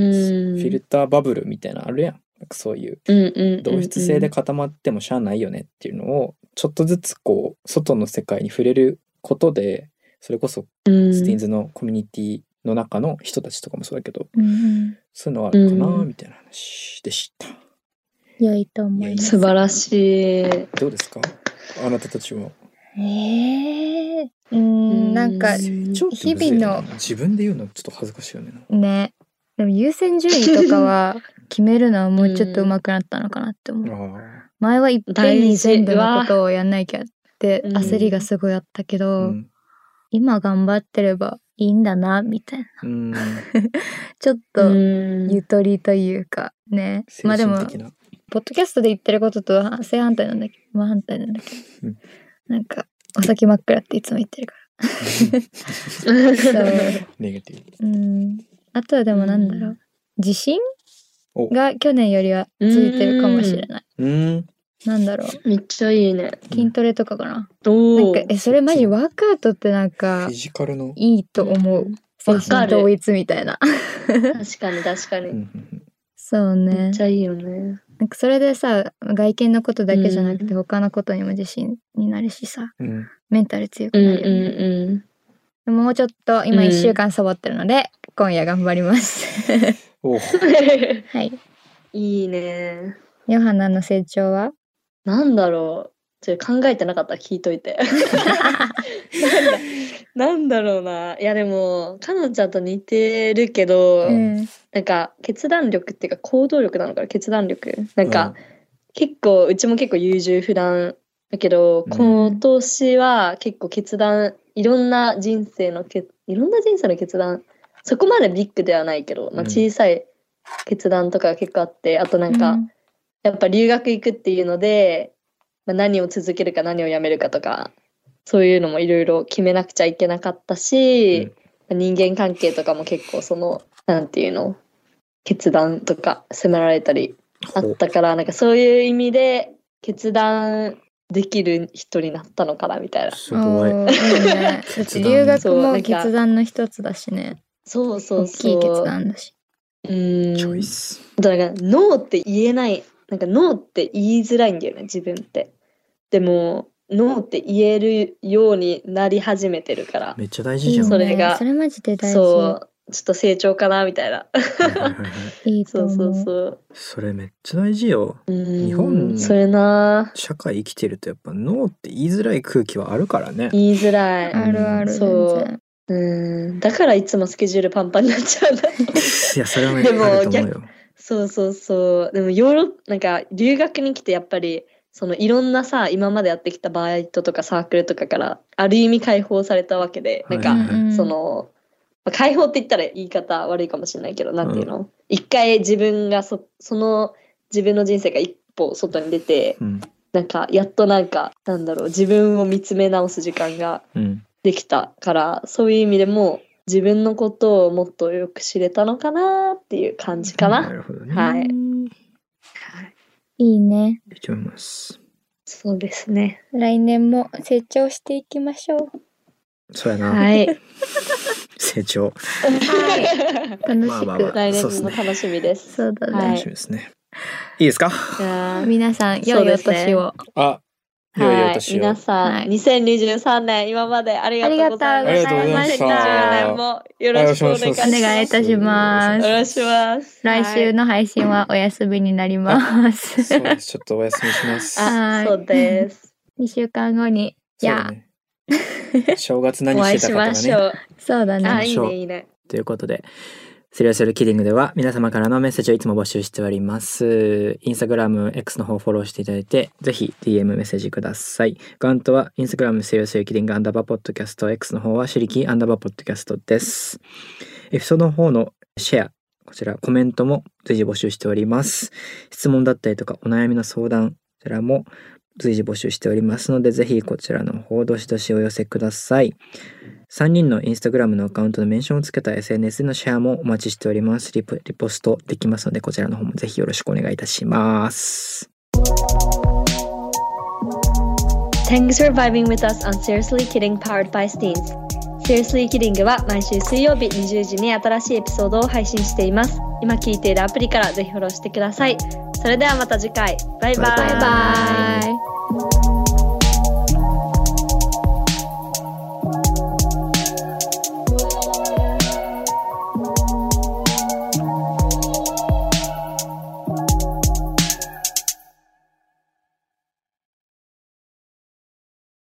Speaker 4: ィルターバブルみたいなのあるやんなんかそういう
Speaker 3: うんうんうんうん
Speaker 4: 同質性で固まってもしゃあないよねっていうのをちょっとずつこう外の世界に触れることでそれこそ
Speaker 3: うん
Speaker 4: スティーンズのコミュニティの中の人たちとかもそうだけど
Speaker 1: うん
Speaker 4: そういうのはあるかな
Speaker 3: うん
Speaker 4: みたいな話でした。
Speaker 1: 良いと思います
Speaker 3: 素晴らしい
Speaker 4: どうですかあなたたちは。
Speaker 1: えー、うんなんか
Speaker 4: 成長ってむずい
Speaker 1: 日
Speaker 4: よ
Speaker 1: 々
Speaker 4: ね自分で言うのちょっと恥ずかしいよね。
Speaker 1: ねでも優先順位とかは決めるのはもうちょっと上手くなったのかなって思う、
Speaker 4: あ
Speaker 1: 前はいっぺんに
Speaker 3: 大事
Speaker 1: 全部のことをやんなきゃって
Speaker 3: うん
Speaker 1: 焦りがすごいあったけ
Speaker 4: あ。
Speaker 1: ど、
Speaker 4: うん。
Speaker 1: 今頑張ってればいいんだなみたいな
Speaker 4: うん。
Speaker 1: ちょっ
Speaker 3: う
Speaker 1: と
Speaker 3: ん
Speaker 1: ゆとりというかね、
Speaker 4: 精
Speaker 1: まあでも
Speaker 4: 神的な。
Speaker 1: ポッドキャストで言ってることとは正反対なんだけど、まあ、反対なんだけ
Speaker 4: う
Speaker 1: ど
Speaker 4: ん、
Speaker 1: なんか、お先真っ暗っていつも言ってるか ら。そう。
Speaker 4: ネガティブ。
Speaker 1: うん。あとはでもなんだろ
Speaker 3: う
Speaker 1: う。自信
Speaker 4: お
Speaker 1: が去年よりはついてるかもしれない。
Speaker 4: うん。
Speaker 1: なんだろう。
Speaker 3: めっちゃいいね
Speaker 1: 筋トレとかかな。な
Speaker 3: お
Speaker 1: んか
Speaker 3: ー、
Speaker 1: え、それマジワークアウトってなん
Speaker 4: フ
Speaker 1: か
Speaker 4: ィ、ジカルの。
Speaker 1: いいと思う。精
Speaker 3: わか
Speaker 1: 神
Speaker 3: る
Speaker 1: 統一みたいな。
Speaker 3: 確かに確か
Speaker 4: う
Speaker 3: に、
Speaker 4: んうん
Speaker 1: そう
Speaker 3: め
Speaker 1: ね
Speaker 3: っ。ちゃいいよね
Speaker 1: なんかそれでさ、外見のことだけじゃなく
Speaker 3: う
Speaker 1: て他のことにも自信になるしさ、
Speaker 4: うんうん。
Speaker 1: メンタル強
Speaker 3: う
Speaker 1: く
Speaker 3: ん
Speaker 1: な
Speaker 3: う
Speaker 1: るよね。
Speaker 3: ん
Speaker 1: もうちょっと
Speaker 3: う
Speaker 1: 今
Speaker 3: ん
Speaker 1: 1週間サボってるので、今夜頑張ります。
Speaker 4: おう
Speaker 3: うん
Speaker 1: はい。
Speaker 3: いいね
Speaker 1: ヨハナの成長は
Speaker 3: なんだろうちょっと考えてなかったら聞いといて なんだなんだろうないやでもかのんちゃんと似てるけど、
Speaker 1: うん。
Speaker 3: なんか決断力っていうか行動力なのかな決断力なんか、結構うちも結構優柔不断だけど、
Speaker 4: うん
Speaker 3: 今年は結構決断いろんな人生のけいろんな人生の決断そこまでビッグではないけど、まあ、
Speaker 4: うん
Speaker 3: 小さい決断とかが結構あってあとなんか、
Speaker 1: うん
Speaker 3: やっぱ留学行くっていうので、まあ、何を続けるか何をやめるかとかそういうのもいろいろ決めなくちゃいけなかったし、まあ人間関係とかも結構そのなんていうの決断とか迫られたりあ
Speaker 4: うん
Speaker 3: ったからなんかそういう意味で決断できる人になったのかなみたいな
Speaker 4: すごい。
Speaker 1: おーいい ねだって留学も決断の一つだしね。
Speaker 3: そうそ
Speaker 1: 大
Speaker 3: うそ
Speaker 1: き
Speaker 3: う
Speaker 1: い決断だし。
Speaker 3: うーん
Speaker 4: チョイス。
Speaker 3: だからノーって言えないなんかノーって言いづらいんだよね自分ってでもノーって言えるようになり始めてるから
Speaker 4: めっちゃ大
Speaker 1: い
Speaker 4: 事
Speaker 1: い
Speaker 4: じゃ
Speaker 1: ね
Speaker 4: ん。
Speaker 3: それが
Speaker 1: それマジで大事。
Speaker 3: そうちょっと成長かなみたいな
Speaker 4: はいはいはいはい
Speaker 1: いいと
Speaker 3: そう
Speaker 1: 思う。
Speaker 3: そうそう
Speaker 4: それめっちゃ大事よ。
Speaker 3: うーん
Speaker 4: 日本
Speaker 3: それな
Speaker 4: 社会生きてるとやっぱノーって言いづらい空気はあるからね。
Speaker 3: 言いづらい
Speaker 1: あるある。
Speaker 3: そう
Speaker 1: 全然
Speaker 3: うんだからいつもスケジュールパンパンになっちゃうんだ
Speaker 4: いやそれはめっち
Speaker 3: でも
Speaker 4: ゃあると思うよ。
Speaker 3: そうそうそうでもヨーロッなんか留学に来てやっぱりそのいろんなさ今までやってきたバイトとかサークルとかからある意味解放されたわけでなん
Speaker 4: は
Speaker 3: か
Speaker 4: い
Speaker 1: うんうん
Speaker 3: そのまあ解放って言ったら言い方悪いかもしれないけどなんていうの、一回自分がそその自分の人生が一歩外に出て
Speaker 4: うん
Speaker 3: なんかやっとなんかなんだろう自分を見つめ直す時間が
Speaker 4: うん。
Speaker 3: できたからそういう意味でも自分のことをもっとよく知れたのかなっていう感じかな。
Speaker 4: なるほどね。
Speaker 3: はい
Speaker 1: いいね。
Speaker 4: いいと思います。
Speaker 3: そうですね。
Speaker 1: 来年も成長していきましょう。
Speaker 4: そうやな。
Speaker 3: はい。
Speaker 4: 成長。
Speaker 1: 楽しく。
Speaker 4: まあまあまあ
Speaker 3: 来
Speaker 4: そうっす
Speaker 3: 年も
Speaker 4: ね
Speaker 3: 楽しみです。
Speaker 1: そうだね。
Speaker 3: はい
Speaker 4: 楽しみですね。いいですか？
Speaker 3: いやー
Speaker 1: 皆さん、良いお年を。
Speaker 4: あ、良いお
Speaker 3: はい、
Speaker 4: 年を
Speaker 3: 皆。さん、
Speaker 1: はい
Speaker 3: 2023年今までありがとうございました。
Speaker 4: ありがとうございました
Speaker 3: 2024年もよろしくお願いします。
Speaker 1: お願いいたしま
Speaker 3: お
Speaker 1: す。
Speaker 3: 願いします。
Speaker 1: 来週の配信はお休みになります。
Speaker 4: そうです。ちょっとお休みします。
Speaker 3: はい、あ、そうです。
Speaker 1: 2週間後に。い
Speaker 4: そう
Speaker 1: や
Speaker 4: だね正月何
Speaker 3: お会
Speaker 4: し
Speaker 3: い
Speaker 4: て
Speaker 3: した
Speaker 4: か
Speaker 3: ま
Speaker 4: とか
Speaker 3: し
Speaker 4: ね
Speaker 3: ょう。
Speaker 1: そうだ
Speaker 3: あ、
Speaker 1: ね。
Speaker 3: いいね、いいね。
Speaker 4: ということで、セリアシャルキリングでは皆様からのメッセージをいつも募集しております。インスタグラム、X の方フォローしていただいて、ぜひ DM メッセージください。アカウントはインスタグラムセリアシャルキリングアンダーバーポッドキャスト、X の方はシリキアンダーバーポッドキャストです。エピソードの方のシェア、こちらコメントも随時募集しております。質問だったりとかお悩みの相談、こちらも随時募集しておりますので、ぜひこちらの方どしどしお寄せください。3人のインスタグラムのアカウントのメンションをつけた SNS のシェアもお待ちしております。リポリポストできますので、こちらの方もぜひよろしくお願いいたします。
Speaker 3: Thanks for vibing with us on Seriously Kidding Powered by Steens. Seriously Kidding は毎週水曜日20時に新しいエピソードを配信しています。今聞いているアプリからぜひフォローしてください。それではまた次回。バイバイ。
Speaker 4: バイバイ
Speaker 1: バイバイ。